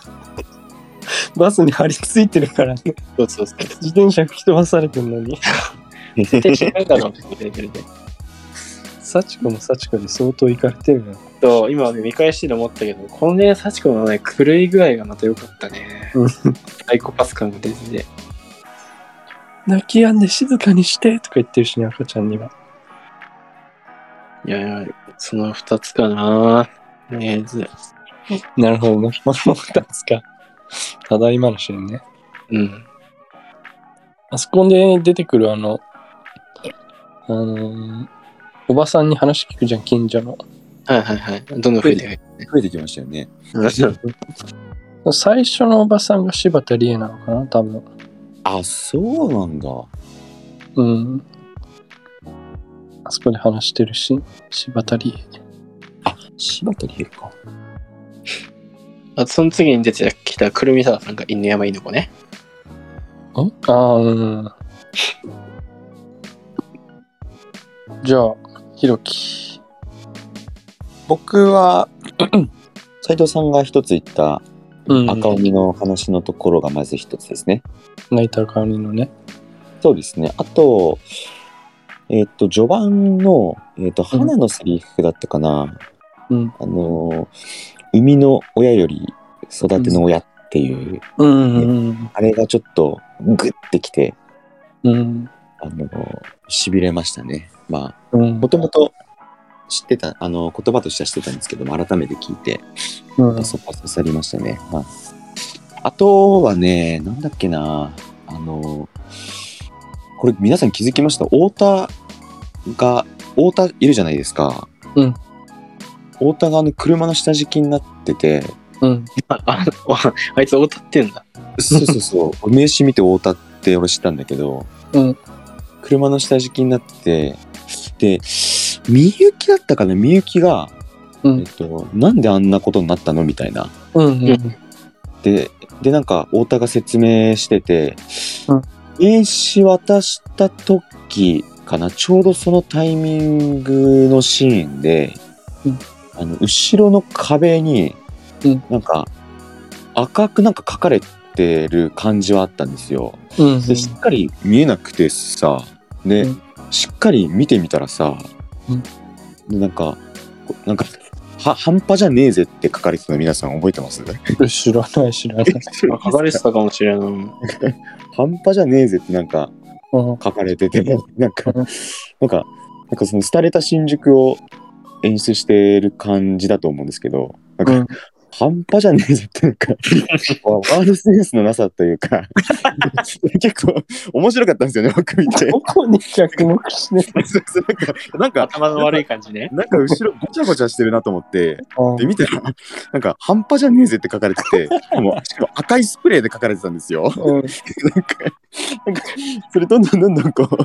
[SPEAKER 1] バスに張り付いてるからね。
[SPEAKER 4] そうそうそう。
[SPEAKER 1] 自転車吹き飛ばされてるのに。
[SPEAKER 4] 絶対違うだろうってレベルで。
[SPEAKER 1] 幸子も幸子で相当いかれてるよ。
[SPEAKER 4] そう、今ね、見返してて思ったけど、このね、幸子のね、狂い具合がまた良かったね
[SPEAKER 1] うん。
[SPEAKER 4] サイコパス感が出てて。
[SPEAKER 1] 泣き止んで静かにしてとか言ってるしね、赤ちゃんには。
[SPEAKER 4] いやいや、その二つかな。とりあえず。
[SPEAKER 1] なるほどね。まあ、もう二つか。ただいまのシーンね。
[SPEAKER 4] うん。
[SPEAKER 1] あそこで出てくるあの、あのーおばさんに話聞くじゃん、近所の。
[SPEAKER 4] はいはいはい。どんどん増えてい
[SPEAKER 3] 増えてきましたよね。
[SPEAKER 4] く。
[SPEAKER 1] 最初のおばさんが柴田理恵なのかな、多分。
[SPEAKER 3] あ、そうなんだ。
[SPEAKER 1] うん。あそこで話してるし、柴田理恵。
[SPEAKER 3] 柴田理恵か。
[SPEAKER 4] あとその次に出てきたくるみさださんが犬山犬子ね。
[SPEAKER 1] んああ、うん。じゃあ、ひろき。
[SPEAKER 3] 僕は 斉藤さんが一つ言った
[SPEAKER 2] うん
[SPEAKER 3] 赤鬼の話のところがまず一つですね。
[SPEAKER 2] 泣いた赤鬼のね。
[SPEAKER 3] そうですね。あと、えっ、と、序盤の、えっ、と、
[SPEAKER 2] うん
[SPEAKER 3] 花のセリフだったかな。
[SPEAKER 2] うん
[SPEAKER 3] あのー、生みの親より育ての親っていう、
[SPEAKER 2] うんうん
[SPEAKER 3] あれがちょっとグッてきて、
[SPEAKER 2] うん。
[SPEAKER 3] あのー、痺れましたね。まあ、
[SPEAKER 2] うん
[SPEAKER 3] もともと知ってた、あの、言葉としては知ってたんですけども、改めて聞いて、
[SPEAKER 2] うん
[SPEAKER 3] そこは刺さりましたね。はいあとはね、なんだっけな、あの、これ皆さん気づきました太田が、太田いるじゃないですか。
[SPEAKER 2] うん
[SPEAKER 3] 太田があの車の下敷きになってて、
[SPEAKER 2] うん。
[SPEAKER 4] ああああいつ歌ってんだ。
[SPEAKER 3] そうそうそう、名刺見て太田って俺知ったんだけど、
[SPEAKER 2] うん
[SPEAKER 3] 車の下敷きになってて、で、みゆきだったかなみゆきが、
[SPEAKER 2] うん
[SPEAKER 3] えっと、なんであんなことになったのみたいな。
[SPEAKER 2] うん。
[SPEAKER 3] ででなんか太田が説明してて、
[SPEAKER 2] うん
[SPEAKER 3] 名刺渡した時かなちょうどそのタイミングのシーンで、
[SPEAKER 2] うん
[SPEAKER 3] あの後ろの壁に、
[SPEAKER 2] うん
[SPEAKER 3] なんか赤くなんか書かれてる感じはあったんですよ。
[SPEAKER 2] うん。
[SPEAKER 3] でしっかり見えなくてさで、
[SPEAKER 2] うん
[SPEAKER 3] しっかり見てみたらさ、
[SPEAKER 2] うん
[SPEAKER 3] でなんかこなんかは半端じゃねえぜって書かれてたの皆さん覚えてます
[SPEAKER 2] 知らない知らない。
[SPEAKER 4] あ書かれてたかもしれない。
[SPEAKER 3] 半端じゃねえぜってなんか
[SPEAKER 2] うん
[SPEAKER 3] 書かれてて、なんか、
[SPEAKER 2] うん
[SPEAKER 3] なんか、なんかその廃れた新宿を演出してる感じだと思うんですけど、なんか、
[SPEAKER 2] うん
[SPEAKER 3] 半端じゃねえぜってなんか、ワールドセンスのなさというか、 結構面白かったんですよね、僕見て。
[SPEAKER 4] こに着目して
[SPEAKER 3] なんか、
[SPEAKER 4] 頭の悪い感じね。
[SPEAKER 3] なんか後ろごちゃごちゃしてるなと思って、
[SPEAKER 2] うん
[SPEAKER 3] で見たら、なんか半端じゃねえぜって書かれてて、もうしかも赤いスプレーで書かれてたんですよ。
[SPEAKER 2] うん
[SPEAKER 3] なんか、なんか、それどんどんどんどんこう、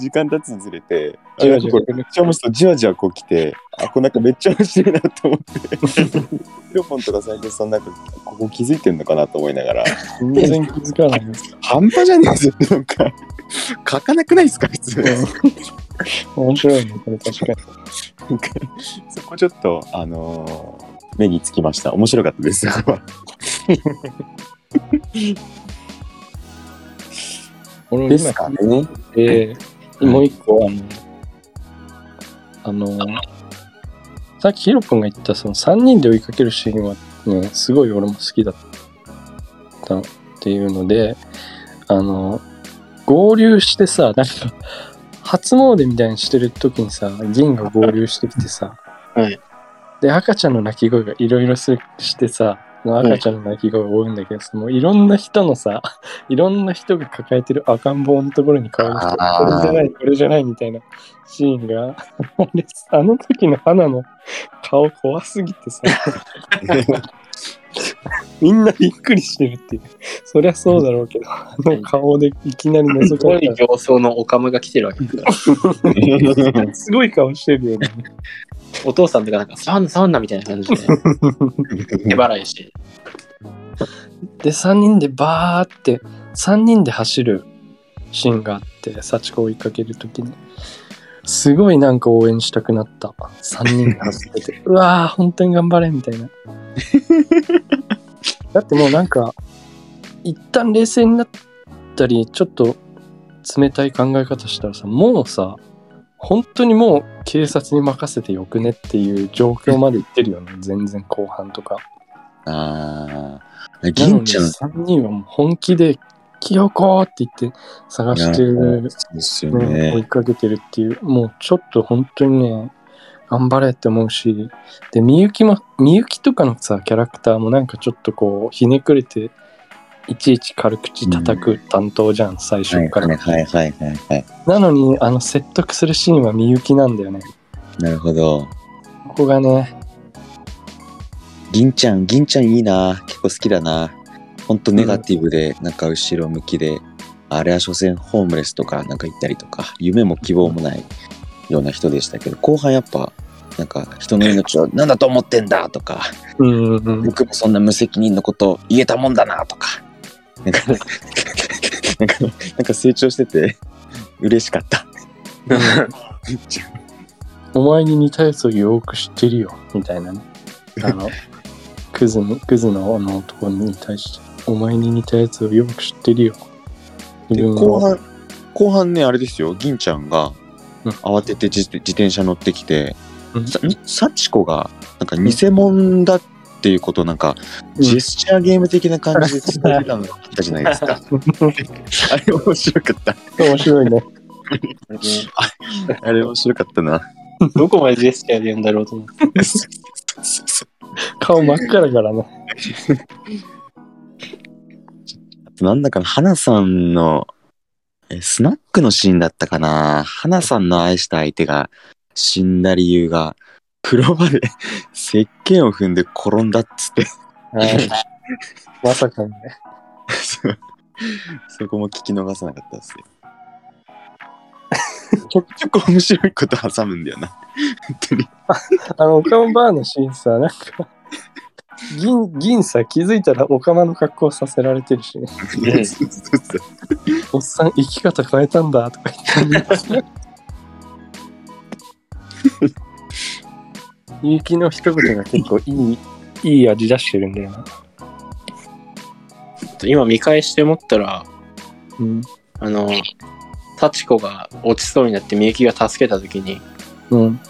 [SPEAKER 3] 時間経つにつれて、
[SPEAKER 2] じわじわ
[SPEAKER 3] あなんかこれめっちゃ面白い、じわじわこう来て、あ、これなんかめっちゃ面白いなと思って、ヒロポンとか斉藤さんなんか、ここ気づいてんのかなと思いながら、
[SPEAKER 2] 全然気づかないね。
[SPEAKER 3] 半端じゃねえぞってなんか、書かなくないですか、普通。
[SPEAKER 2] うん面白いね、これ確かに。
[SPEAKER 3] なんか、そこちょっと、あのー目につきました。面白かったです、そこは。
[SPEAKER 2] 俺も
[SPEAKER 3] です
[SPEAKER 2] 今
[SPEAKER 3] かね。
[SPEAKER 2] で、
[SPEAKER 3] うん
[SPEAKER 2] もう一個、あの、あの、さっきヒロ君が言った、その3人で追いかけるシーンは、ね、すごい俺も好きだったっていうので、あの、合流してさ、なんか、初詣みたいにしてる時にさ、銀が合流してきてさ、
[SPEAKER 4] はい
[SPEAKER 2] で、赤ちゃんの泣き声がいろいろしてさ、その赤ちゃんの泣き声が多いんだけど、そのいろんな人のさ、 いろんな人が抱えてる赤ん坊のところに顔をしてこれ
[SPEAKER 3] あ
[SPEAKER 2] じゃない、これじゃないみたいなシーンが、 あれあの時の花の顔怖すぎてさ、みんなびっくりしてるっていう。そりゃそうだろうけど、あの顔でいきなり
[SPEAKER 4] す
[SPEAKER 2] 覗か
[SPEAKER 4] ご
[SPEAKER 2] れ
[SPEAKER 4] い形相のオカムが来てるわけだから。
[SPEAKER 2] たら、すごい顔してるよね。
[SPEAKER 4] お父さんとかなんか、サウナ、サウナみたいな感じで、手払いして。
[SPEAKER 2] で、3人でバーって、3人で走るシーンがあって、幸子を追いかけるときに。すごいなんか応援したくなった。3人で走ってて。うわー、本当に頑張れみたいな。だってもうなんか、一旦冷静になったり、ちょっと冷たい考え方したらさ、もうさ、本当にもう警察に任せてよくねっていう状況までいってるよね。全然後半とか。
[SPEAKER 3] あー銀ちゃん、
[SPEAKER 2] なのに3人はもう本気で「清子!」って言って探してる、
[SPEAKER 3] そうですよ
[SPEAKER 2] ね追
[SPEAKER 3] ね
[SPEAKER 2] い。かけてるっていうもうちょっと本当にね頑張れって思うしでみゆきもみゆきとかのさキャラクターもなんかちょっとこうひねくれていちいち軽口叩く担当じゃん、最初から、
[SPEAKER 3] はいはいはいはいはい。
[SPEAKER 2] なのにあの説得するシーンはみゆきなんだよね
[SPEAKER 3] なるほど。
[SPEAKER 2] ここがね
[SPEAKER 3] 銀ちゃん、銀ちゃんいいな。結構好きだな。ほんとネガティブで、なんか後ろ向きで、あれは所詮ホームレスとかなんか行ったりとか、夢も希望もないような人でしたけど、後半やっぱ、なんか人の命を何だと思ってんだとか、
[SPEAKER 2] うんうんうん
[SPEAKER 3] 僕もそんな無責任のことを言えたもんだなとか、なんか、 なんか、なんか成長してて、嬉しかった。
[SPEAKER 2] お前に似たやつをよく知ってるよ、みたい なね。あの、クズの、クズのあの男に対して、お前に似たやつをよく知ってるよ。自
[SPEAKER 3] で
[SPEAKER 2] 分
[SPEAKER 3] 後
[SPEAKER 2] は
[SPEAKER 3] 半、後半ね、あれですよ、銀ちゃんが
[SPEAKER 2] うん
[SPEAKER 3] 慌てて自自転車乗ってきて
[SPEAKER 2] うん、
[SPEAKER 3] さ幸子がなんか偽物だっていうことをなんか、ジェスチャーゲーム的な感じで伝えてたのがあったじゃないで すか。あれ面白かった。
[SPEAKER 2] 面白いね。
[SPEAKER 3] あれ面白かった な。
[SPEAKER 4] どこまでジェスチャーで言うんだろうと思って。
[SPEAKER 2] 顔真っ赤だからね。
[SPEAKER 3] なんだかな、花さんの、えスナックのシーンだったかな。花さんの愛した相手が死んだ理由が、風呂場で 石鹸を踏んで転んだっつって、
[SPEAKER 2] まさかね。
[SPEAKER 3] そうそこも聞き逃さなかったですよ。ちょくちょく面白いこと挟むんだよな。本当に。
[SPEAKER 2] あの、オカマバーのシーンさ、なんか、銀、銀さ、気づいたらオカマの格好させられてるしね。
[SPEAKER 4] うん
[SPEAKER 3] そうそうそう
[SPEAKER 2] おっさん、生き方変えたんだ、とか言って。 ゆきの一言が結構いい、いい味出してるんだよな。
[SPEAKER 4] 今見返して思ったら、
[SPEAKER 2] うん。
[SPEAKER 4] あの、幸子が落ちそうになってみゆきが助けた時に
[SPEAKER 2] うん。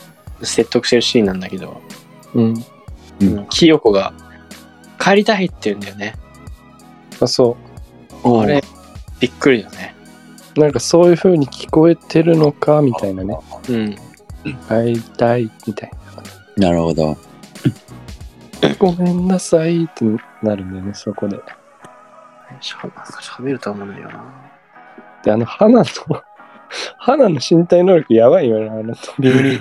[SPEAKER 4] 説得してるシーンなんだけど、
[SPEAKER 2] うん。
[SPEAKER 3] うん
[SPEAKER 4] あの清子が帰りたいって言うんだよね。
[SPEAKER 2] あ、そ
[SPEAKER 4] あれ、びっくりだね。
[SPEAKER 2] う。なんかそういう風に聞こえてるのか、み たいなね。
[SPEAKER 4] うん。
[SPEAKER 2] 会いたい、みたい
[SPEAKER 3] なるほど。
[SPEAKER 2] な。ごめんなさい、ってなるんだよね、そこで。
[SPEAKER 4] しゃなんか喋ると思うんだよな。
[SPEAKER 2] で、あの、花の、花の身体能力やばいよね、あの飛び降り。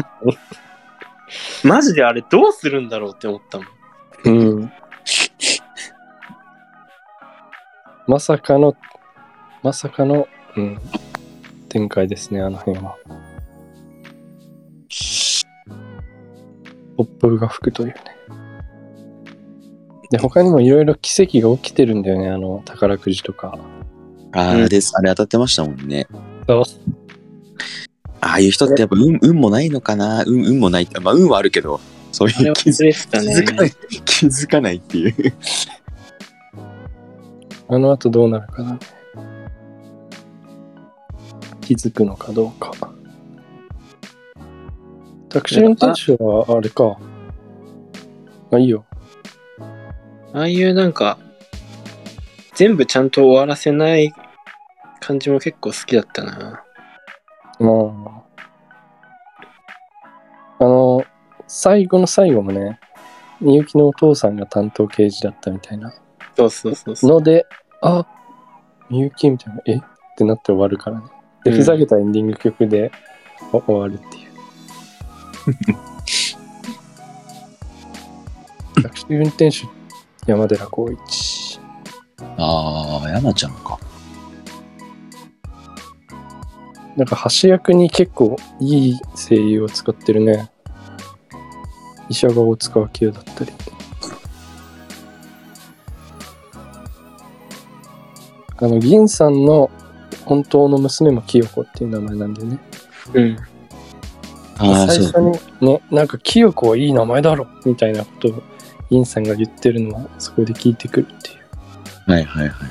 [SPEAKER 4] マジであれどうするんだろうって思ったもん。
[SPEAKER 2] うん。まさかの、まさかの、うん、展開ですね、あの辺は。突風が吹くというね。で、他にもいろいろ奇跡が起きてるんだよね、あの宝くじとか。
[SPEAKER 3] あ
[SPEAKER 4] うん
[SPEAKER 3] れです。あれ当たってましたもんね。
[SPEAKER 2] そう
[SPEAKER 3] ああいう人ってやっぱ運運もないのかな運運もないって。まあ運はあるけど、そうい
[SPEAKER 4] あれ
[SPEAKER 3] う
[SPEAKER 4] は
[SPEAKER 3] 気づ
[SPEAKER 4] 崩れてた
[SPEAKER 3] 気
[SPEAKER 4] ね。
[SPEAKER 3] づかない、気づかないっていう。
[SPEAKER 2] あの後どうなるかな。気づくのかどうか。タクシー運転手はあれか。あ、いいよ。
[SPEAKER 4] ああいうなんか、全部ちゃんと終わらせない感じも結構好きだったな。
[SPEAKER 2] まあ。あの、最後の最後もね、みゆきのお父さんが担当刑事だったみたいな。
[SPEAKER 4] そうそうそうそう。
[SPEAKER 2] ので、あみゆきみたいな、えってなって終わるからね。で、
[SPEAKER 4] うん
[SPEAKER 2] ふざけたエンディング曲でお終わるって いう。タクシー運転手、山寺宏一。
[SPEAKER 3] ああ、山ちゃんか。
[SPEAKER 2] なんか橋役に結構いい声優を使ってるね。医者が大塚明夫だったり。あの、銀さんの本当の娘も清子っていう名前なんだよね。
[SPEAKER 4] うん。
[SPEAKER 3] ああ、
[SPEAKER 2] 最
[SPEAKER 3] そう
[SPEAKER 2] 初。にね、なんか清子はいい名前だろみたいなことを銀さんが言ってるのはそこで聞いてくるっていう。
[SPEAKER 3] はいはいはい。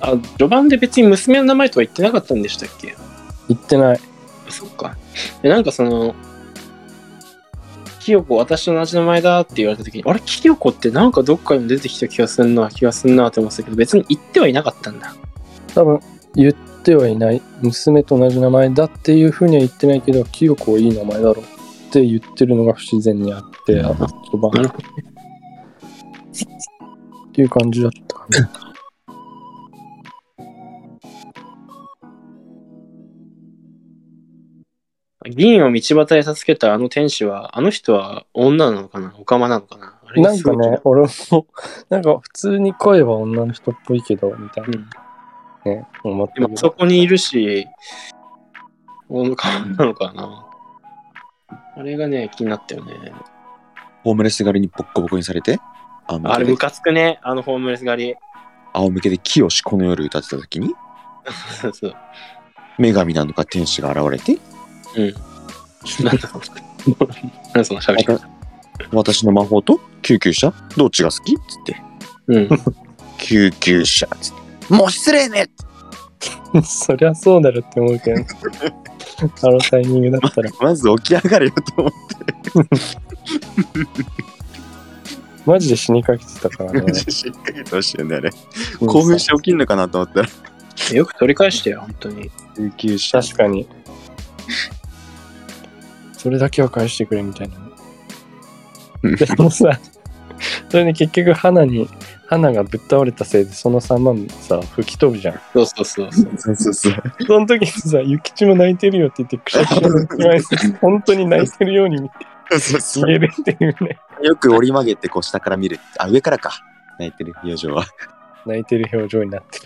[SPEAKER 4] あ、序盤で別に娘の名前とは言ってなかったんでしたっけ
[SPEAKER 2] 言ってない。
[SPEAKER 4] そっか。で、なんかその、清子、私と同じ名前だって言われた時に、あれ、清子ってなんかどっかにも出てきた気がすんな、気がすんなって思ってたけど、別に言ってはいなかったんだ。
[SPEAKER 2] 多分言ってはいない。娘と同じ名前だっていうふうには言ってないけど、清子はいい名前だろって言ってるのが不自然にあって、あちょっと
[SPEAKER 4] なる
[SPEAKER 2] っていう感じだったかな。
[SPEAKER 4] 銀を道端へ授けたあの天使は、あの人は女なのかなオカマなのかなあれ
[SPEAKER 2] なんか
[SPEAKER 4] すごい
[SPEAKER 2] ね、俺も、なんか普通に声は女の人っぽいけど、みたい
[SPEAKER 4] うん
[SPEAKER 2] なね、思って
[SPEAKER 4] でもそこにいるし、女なのかな。あれがね、気になったよね。
[SPEAKER 3] ホームレス狩りにボッコボコにされて、仰
[SPEAKER 4] あれ、
[SPEAKER 3] 向
[SPEAKER 4] ム
[SPEAKER 3] けで
[SPEAKER 4] カつくね、あのホームレス狩り。
[SPEAKER 3] 仰向けで清しこの夜歌ってた時に、
[SPEAKER 4] そうそう
[SPEAKER 3] 女神なのか天使が現れて、
[SPEAKER 4] うん
[SPEAKER 5] なんだなんだその喋り方。
[SPEAKER 3] 私の魔法と救急車どっちが好きっつって。
[SPEAKER 4] うん。
[SPEAKER 3] 救急車っつって。もう失礼ね
[SPEAKER 2] そりゃそうだろって思うけど。あのタイミングだったら。
[SPEAKER 3] まず起き上がれよと思って
[SPEAKER 2] マジで死にかけてたからね。
[SPEAKER 3] しっかりとしてんだよね。 興奮して起きんのかなと思ったら。
[SPEAKER 4] よく取り返してよ、本当に。
[SPEAKER 3] 救急車。
[SPEAKER 2] 確かに。それだけは返してくれみたいな。
[SPEAKER 3] うん
[SPEAKER 2] でもさ、それで結局、花に、花がぶっ倒れたせいで、その3万さ、吹き飛ぶじゃん。
[SPEAKER 4] そうそうそうそう。
[SPEAKER 3] そうそうそう。
[SPEAKER 2] その時にさ、ゆきちも泣いてるよって言って、くしゃくしゃの隙間にさ本当に泣いてるように見
[SPEAKER 3] そうそう
[SPEAKER 2] えるっていうね。
[SPEAKER 3] よく折り曲げてこう下から見る。あ、上からか。泣いてる表情は。
[SPEAKER 2] 泣いてる表情になって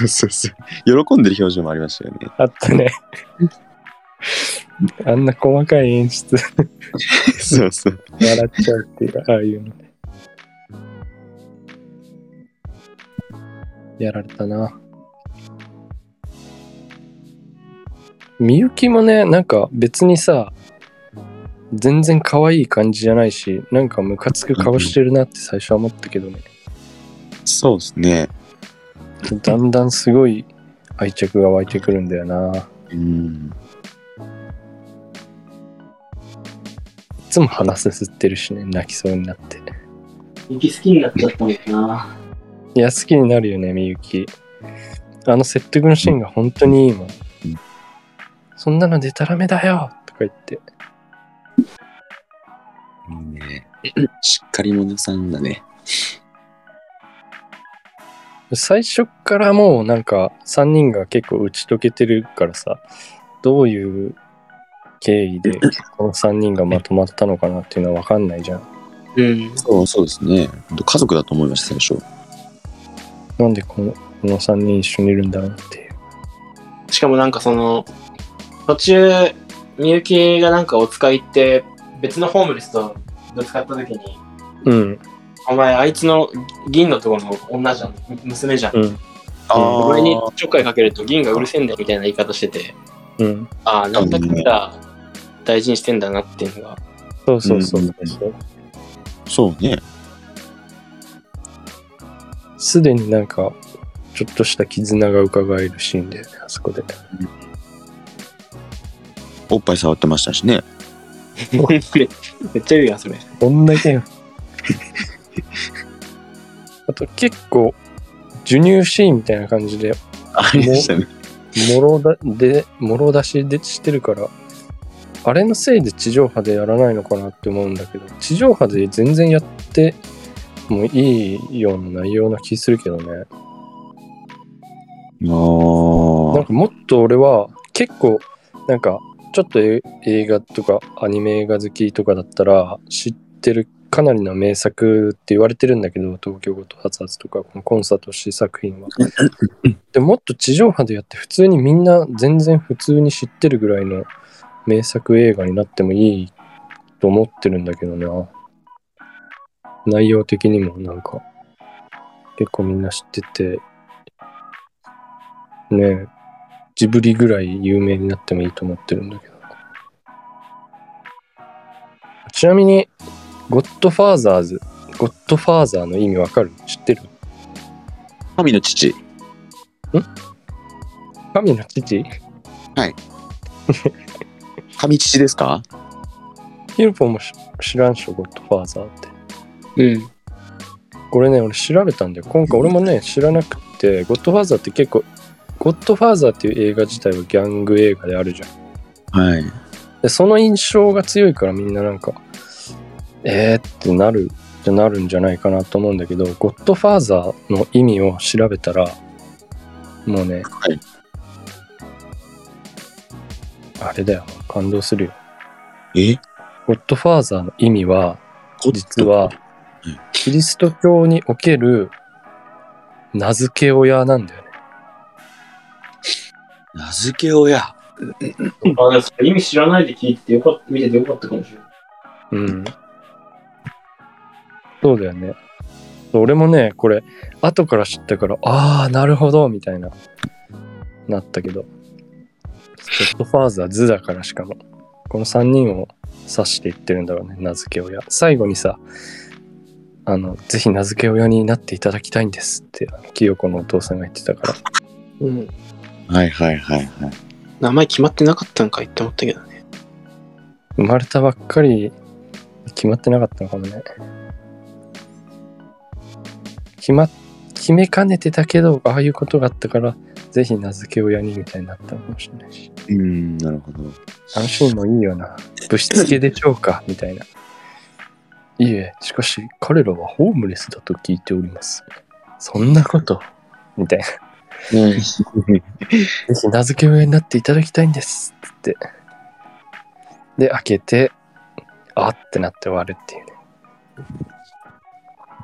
[SPEAKER 2] る。
[SPEAKER 3] そう そうそう。喜んでる表情もありましたよ ね。
[SPEAKER 2] あった ね。あんな細かい演出、
[SPEAKER 3] そうそう。
[SPEAKER 2] 笑っちゃうっていう、ああいうの。やられたな。みゆきもね、なんか別にさ、全然可愛い感じじゃないし、なんかムカつく顔してるなって最初は思ったけどね、
[SPEAKER 3] そうですね。
[SPEAKER 2] だんだんすごい愛着が湧いてくるんだよな。
[SPEAKER 3] う
[SPEAKER 2] い
[SPEAKER 3] ん。
[SPEAKER 2] つも鼻すすってるしね、泣きそうになって。
[SPEAKER 4] 行き好きになっちゃったんだな。
[SPEAKER 2] いや、好きになるよね、みゆき。あの説得のシーンが本当にいいもん。そんなのでたらめだよとか言って。
[SPEAKER 3] いいね。しっかり者さんだね。
[SPEAKER 2] 最初からもうなんか3人が結構打ち解けてるからさ、どういう経緯でこの3人がまとまったのかなっていうのは分かんないじゃん。
[SPEAKER 4] うん。
[SPEAKER 3] そうそうですね。ほんと家族だと思いました、最初。
[SPEAKER 2] なんでこのこの3人一緒にいるんだろうっていう。
[SPEAKER 4] しかもなんかその、途中、みゆきがなんかお使い行って、別のホームレスとぶつかった時に、
[SPEAKER 2] うん、
[SPEAKER 4] お前あいつの銀のところの女じゃん、娘じゃん。
[SPEAKER 2] うん、
[SPEAKER 3] あ
[SPEAKER 4] お前にちょっかいかけると銀がうるせえんだよみたいな言い方してて、
[SPEAKER 2] うん。
[SPEAKER 4] ああ、なんだかんだ大事にしてんだなっていうのが、
[SPEAKER 2] そうそうそう
[SPEAKER 3] うん
[SPEAKER 2] そう。
[SPEAKER 3] そうね。
[SPEAKER 2] すでになんか、ちょっとした絆が伺えるシーンだよね、あそこで。
[SPEAKER 3] おっぱい触ってましたしね。
[SPEAKER 4] めっちゃいいやん、それ。
[SPEAKER 2] 女だよ。あと結構、授乳シーンみたいな感じで、
[SPEAKER 3] ありましたね。
[SPEAKER 2] もろだでもろ出しでしてるから、あれのせいで地上波でやらないのかなって思うんだけど、地上波で全然やってもいいような内容な気するけどね。
[SPEAKER 3] あ
[SPEAKER 2] なん
[SPEAKER 3] ー
[SPEAKER 2] かもっと俺は結構、なんかちょっとえ映画とかアニメ映画好きとかだったら知ってるかなりの名作って言われてるんだけど、東京ごとはつはつとか、このコンサートし作品は。でもっと地上波でやって普通にみんな全然普通に知ってるぐらいの名作映画になってもいいと思ってるんだけどな。内容的にもなんか結構みんな知ってて、ねえ、ジブリぐらい有名になってもいいと思ってるんだけど。ちなみに、ゴッドファーザーズ、ゴッドファーザーの意味わかる知ってる
[SPEAKER 3] 神の父。
[SPEAKER 2] 神の父
[SPEAKER 3] 神父ですか
[SPEAKER 2] ヒルポンもし知らんしょ、ゴッドファーザーって。
[SPEAKER 4] うん。
[SPEAKER 2] これね、俺調べたんだよ。今回俺もね、知らなくて、ゴッドファーザーって結構、ゴッドファーザーっていう映画自体はギャング映画であるじゃん。
[SPEAKER 3] はい。
[SPEAKER 2] でその印象が強いからみんななんかえー、ってなるってなるんじゃないかなと思うんだけど「ゴッドファーザー」の意味を調べたらもうね、
[SPEAKER 3] はい
[SPEAKER 2] あれだよ感動するよ
[SPEAKER 3] え
[SPEAKER 2] 「ゴッドファーザー」の意味は実は
[SPEAKER 3] うん
[SPEAKER 2] キリスト教における名付け親なんだよね
[SPEAKER 3] 名付け親。
[SPEAKER 4] あでもそれ意味知らないで聞いててよかった、見ててよかったかもしれない。
[SPEAKER 2] うん。そうだよね。俺もね、これ、後から知ったから、ああ、なるほど、みたいな、なったけど。ゴッドファーザー図だからしかも。この3人を指していってるんだろうね、名付け親。最後にさ、あの、ぜひ名付け親になっていただきたいんですって、あの清子のお父さんが言ってたから。
[SPEAKER 4] うん。
[SPEAKER 3] はいはいはいはい。
[SPEAKER 4] 名前決まってなかったんかいって思ったけどね。
[SPEAKER 2] 生まれたばっかり決まってなかったのかもね決まっ決めかねてたけどああいうことがあったからぜひ名付け親にみたいになったのかもしれないし
[SPEAKER 3] うーん、なるほど。
[SPEAKER 2] あのシーンもいいよなぶしつけでしょうかみたいないいえしかし彼らはホームレスだと聞いておりますそんなことみたいなぜひ名付け親になっていただきたいんですつってで開けてあってなって終わるっていうね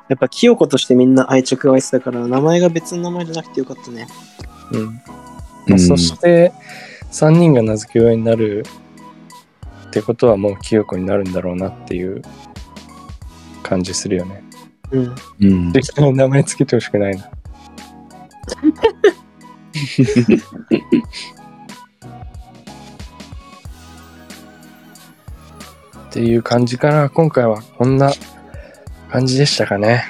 [SPEAKER 4] やっぱ清子としてみんな愛着が湧いてたから、名前が別の名前じゃなくてよかったね。
[SPEAKER 2] うんまあ、そして3人が名付け親になるってことはもう清子になるんだろうなっていう感じするよね。
[SPEAKER 4] うん。
[SPEAKER 3] うん。
[SPEAKER 2] 適当に名前つけてほしくないな。っていう感じかな今回はこんな感じでしたかね。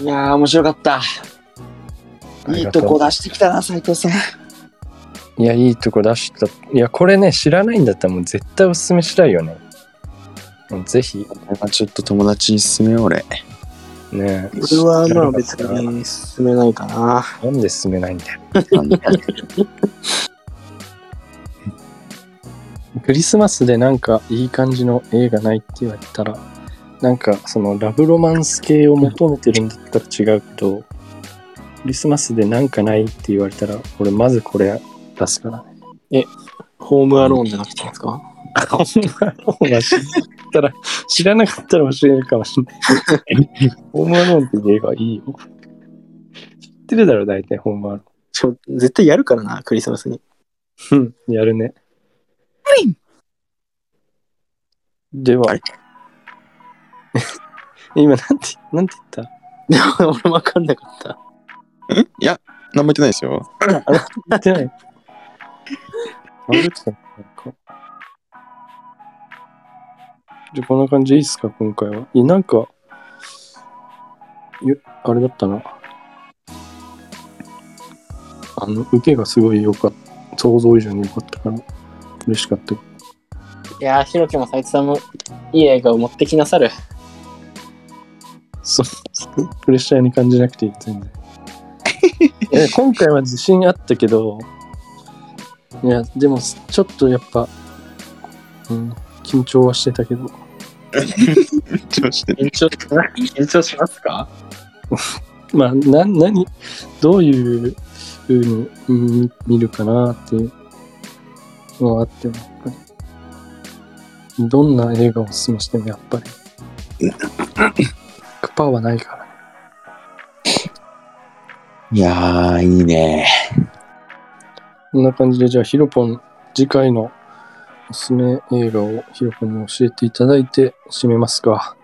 [SPEAKER 3] いやー、面白かった。いいとこ出してきたな、斉藤さん。
[SPEAKER 2] いや、いいとこ出した。いや、これね、知らないんだったらもう絶対おすすめしたいよね。もうぜひ、
[SPEAKER 3] ちょっと友達に勧めよう、 俺。
[SPEAKER 2] ね。
[SPEAKER 4] 俺はまあ別に進めないかな。
[SPEAKER 2] なんで進めないんだよ。クリスマスでなんかいい感じの映画ないって言われたら、なんかそのラブロマンス系を求めてるんだったら違うけど、クリスマスでなんかないって言われたら、俺まずこれ出すからね。
[SPEAKER 4] ホームアローンじゃなくて ですか、
[SPEAKER 2] 知ったら、知らなかったら教えるかもしれない。 ホームアローンっていう映画はいいよ。知ってるだろ、大体ホームアローン。
[SPEAKER 4] ちょ絶対やるからな、クリスマスに。
[SPEAKER 2] うん、やるね。では、 今なんて、なんて言っ
[SPEAKER 4] でも 俺わかんなかった。
[SPEAKER 3] いや、何も言ってないですよ。
[SPEAKER 2] た言ってない。あれですかじゃあこんな感じでいいっすか、今回は。いなんか、よあれだったな。あの、受けがすごい良かった。想像以上に良かったから、嬉しかった。
[SPEAKER 4] いやー、ひろきも斉藤さんもいい映画を持ってきなさる。
[SPEAKER 2] そう。プレッシャーに感じなくていい、全然。いや今回は自信あったけど、いや、でも、ちょっとやっぱ、うん、緊張はしてたけど、
[SPEAKER 3] 緊張して
[SPEAKER 4] 緊張します緊張しますか
[SPEAKER 2] まあ、な、何、どういう風にうん見るかなっていうのはあっても、やっぱり、どんな映画をおすすめしても、やっぱり、クパはないから。
[SPEAKER 3] いやー、いいね。
[SPEAKER 2] こんな感じで、じゃあ、ヒロポン、次回のおすすめ映画をヒロポンに教えていただいて締めますか。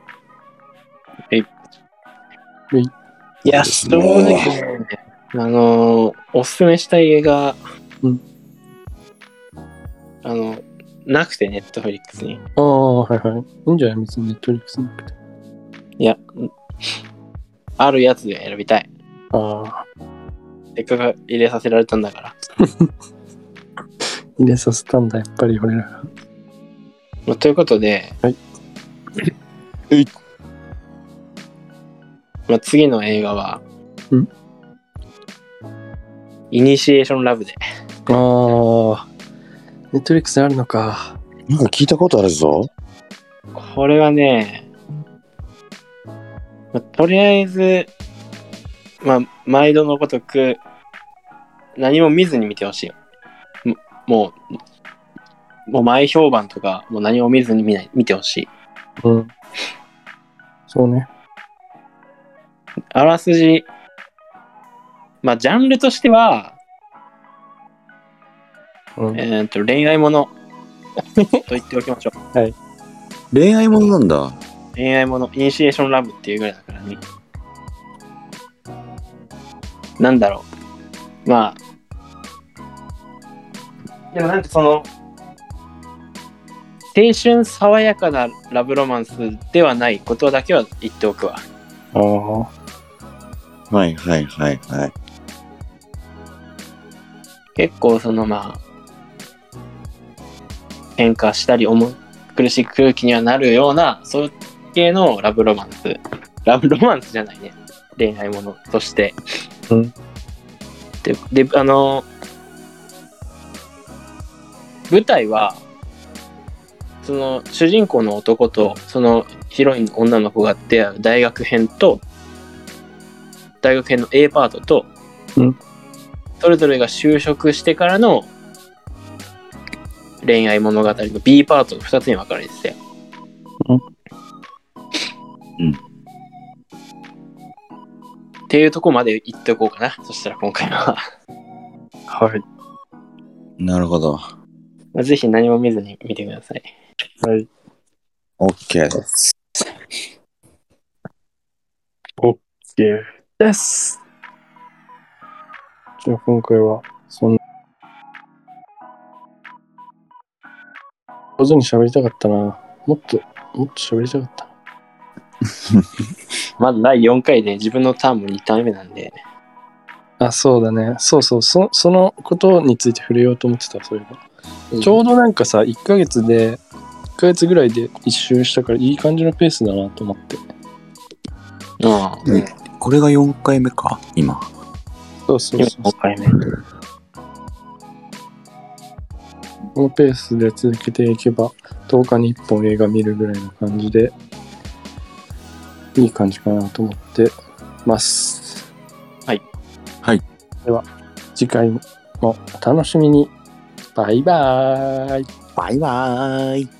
[SPEAKER 4] いや、
[SPEAKER 3] そ
[SPEAKER 4] 正
[SPEAKER 3] うです
[SPEAKER 4] 直
[SPEAKER 3] ね
[SPEAKER 4] ね、あのー、おすすめしたい映画、
[SPEAKER 2] うん
[SPEAKER 4] あの、なくて、ネットフリックスに。
[SPEAKER 2] ああ、はいはい。いいんじゃない別にネットリックスなくて。
[SPEAKER 4] いや、うんあるやつで選びたい。
[SPEAKER 2] ああ、
[SPEAKER 4] せっかく入れさせられたんだから。
[SPEAKER 2] 入れさせたんだ、やっぱり俺ら。
[SPEAKER 4] まあということで、
[SPEAKER 2] はい
[SPEAKER 3] えい
[SPEAKER 4] まあ、次の映画は、
[SPEAKER 2] うん
[SPEAKER 4] イニシエーションラブで。
[SPEAKER 2] ああ、ネットリックスにあるのか。
[SPEAKER 3] なんか聞いたことあるぞ。
[SPEAKER 4] これはね、まあとりあえず、まあ、毎度のごとく、何も見ずに見てほしい。ももう、もう前評判とか、もう何も見ずに見ない見てほしい。
[SPEAKER 2] うん。そうね。
[SPEAKER 4] あらすじ、まあ、ジャンルとしては、
[SPEAKER 2] うん。
[SPEAKER 4] えー、と恋愛ものと言っておきましょう。
[SPEAKER 3] 恋愛ものなんだ。
[SPEAKER 4] 恋愛もの、イニシエーションラブっていうぐらいだからね。なんだろう。まあ。でもなんかその、青春爽やかなラブロマンスではないことだけは言っておくわ。
[SPEAKER 2] ああ。
[SPEAKER 3] はいはいはいはい。
[SPEAKER 4] 結構そのまあ、喧嘩したり重苦しい空気にはなるような、そういう系のラブロマンス。ラブロマンスじゃないね。恋愛ものとして。
[SPEAKER 2] うん
[SPEAKER 4] で、で、あの、舞台は、その主人公の男とそのヒロインの女の子が出会う大学編と大学編の A パートと、
[SPEAKER 2] うん
[SPEAKER 4] それぞれが就職してからの恋愛物語の B パートの2つに分かれてて、
[SPEAKER 2] うん
[SPEAKER 3] うん
[SPEAKER 4] っていうとこまで言っておこうかなそしたら今回は
[SPEAKER 2] はい。
[SPEAKER 3] なるほど。
[SPEAKER 4] まあぜひ何も見ずに見てください
[SPEAKER 2] はい。
[SPEAKER 3] OK です。
[SPEAKER 2] OK。
[SPEAKER 1] です。
[SPEAKER 2] じゃあ今回は、そんな。上手に喋りたかったな。もっと、もっと喋りたかった。
[SPEAKER 4] まだ第4回で自分のターンも2ターン目なんで
[SPEAKER 2] あ、そうだね。そうそう。そそのことについて触れようと思ってた、そういえば。
[SPEAKER 4] うん
[SPEAKER 2] ちょうどなんかさ、1ヶ月で、1ヶ月ぐらいで一周したから、いい感じのペースだなと思って。
[SPEAKER 4] うん、
[SPEAKER 3] うんこれが4回目か、今。
[SPEAKER 2] そうそう
[SPEAKER 4] 今
[SPEAKER 2] そう。こ
[SPEAKER 4] 5回目
[SPEAKER 2] のペースで続けていけば、10日に1本映画見るぐらいの感じで、いい感じかなと思ってます。
[SPEAKER 4] はい。
[SPEAKER 3] はい。
[SPEAKER 2] では、次回もお楽しみに。バイバーイ。
[SPEAKER 3] バイバーイ。